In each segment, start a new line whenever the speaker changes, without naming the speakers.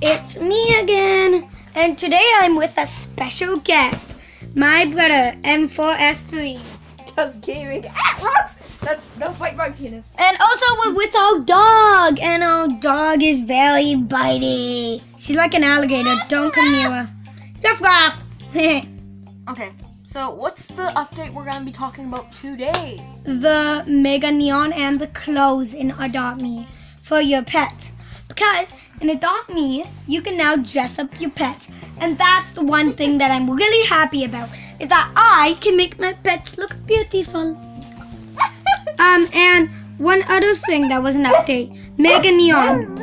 it's me again, and today I'm with a special guest, my brother M4S3,
Does gaming ah, rocks. That's don't bite my penis.
and also we're with our dog, and our dog is very bitey. She's like an alligator. Don't come near her. Ruff ruff.
Okay, so what's the update we're gonna be talking about today?
the Mega Neon and the clothes in Adopt Me for your pets. Because in Adopt Me, you can now dress up your pets. And that's the one thing that I'm really happy about is that I can make my pets look beautiful. Um, and one other thing that was an update Mega Neon.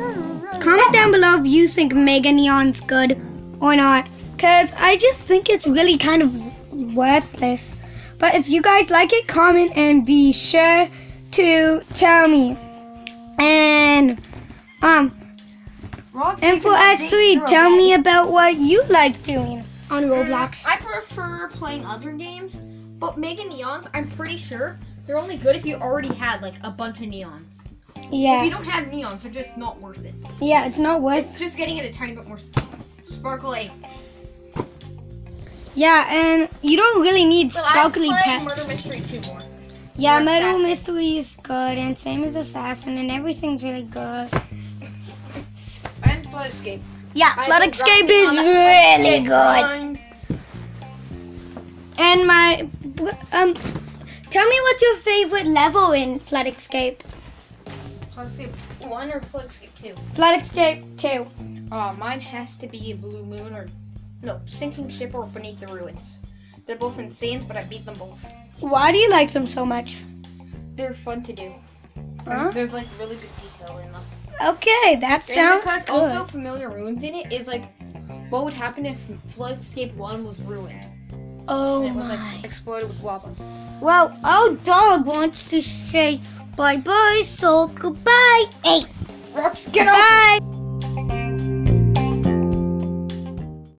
Comment down below if you think Mega Neon's good or not. Because I just think it's really kind of worthless. But if you guys like it, comment and be sure to tell me. And um,
Rocks.
and for
you can
us
update
three,
your
tell
update.
me about what you like doing on Roblox.
I prefer playing other games, but Mega Neons, I'm pretty sure they're only good if you already had like a bunch of neons. If you
Yeah,
don't have neons, they're just not worth it.
yeah, it's not worth.
It's just getting it a tiny bit more sp- sparkly.
Yeah, and you don't really need
But I'm
sparkly
playing Murder
pets.
Mystery 2 more.
Yeah,
or
Murder
Assassin.
Mystery is good, and same as Assassin, and everything's really good.
And Flood Escape.
Yeah,
I've
Flood
been
Escape
rocking
is
on that
really
Escape
good.
grind.
And my um, tell me what's your favorite level in Flood Escape?
Flood Escape 1 or Flood Escape 2?
Flood Escape two.
Uh, mine has to be Blue Moon or no Sinking Ship or Beneath the Ruins. They're both in sands, but I beat them both.
Why do you like them so much?
They're fun to do.
Huh?
And There's like really good detail in them.
Okay, that
and
sounds
because
good.
also familiar ruins in it is like what would happen if Floodscape One was ruined
oh
and it was
my.
like exploded with lava.
Well, our dog wants to say bye bye, so goodbye. Hey,
Rocks,
goodbye.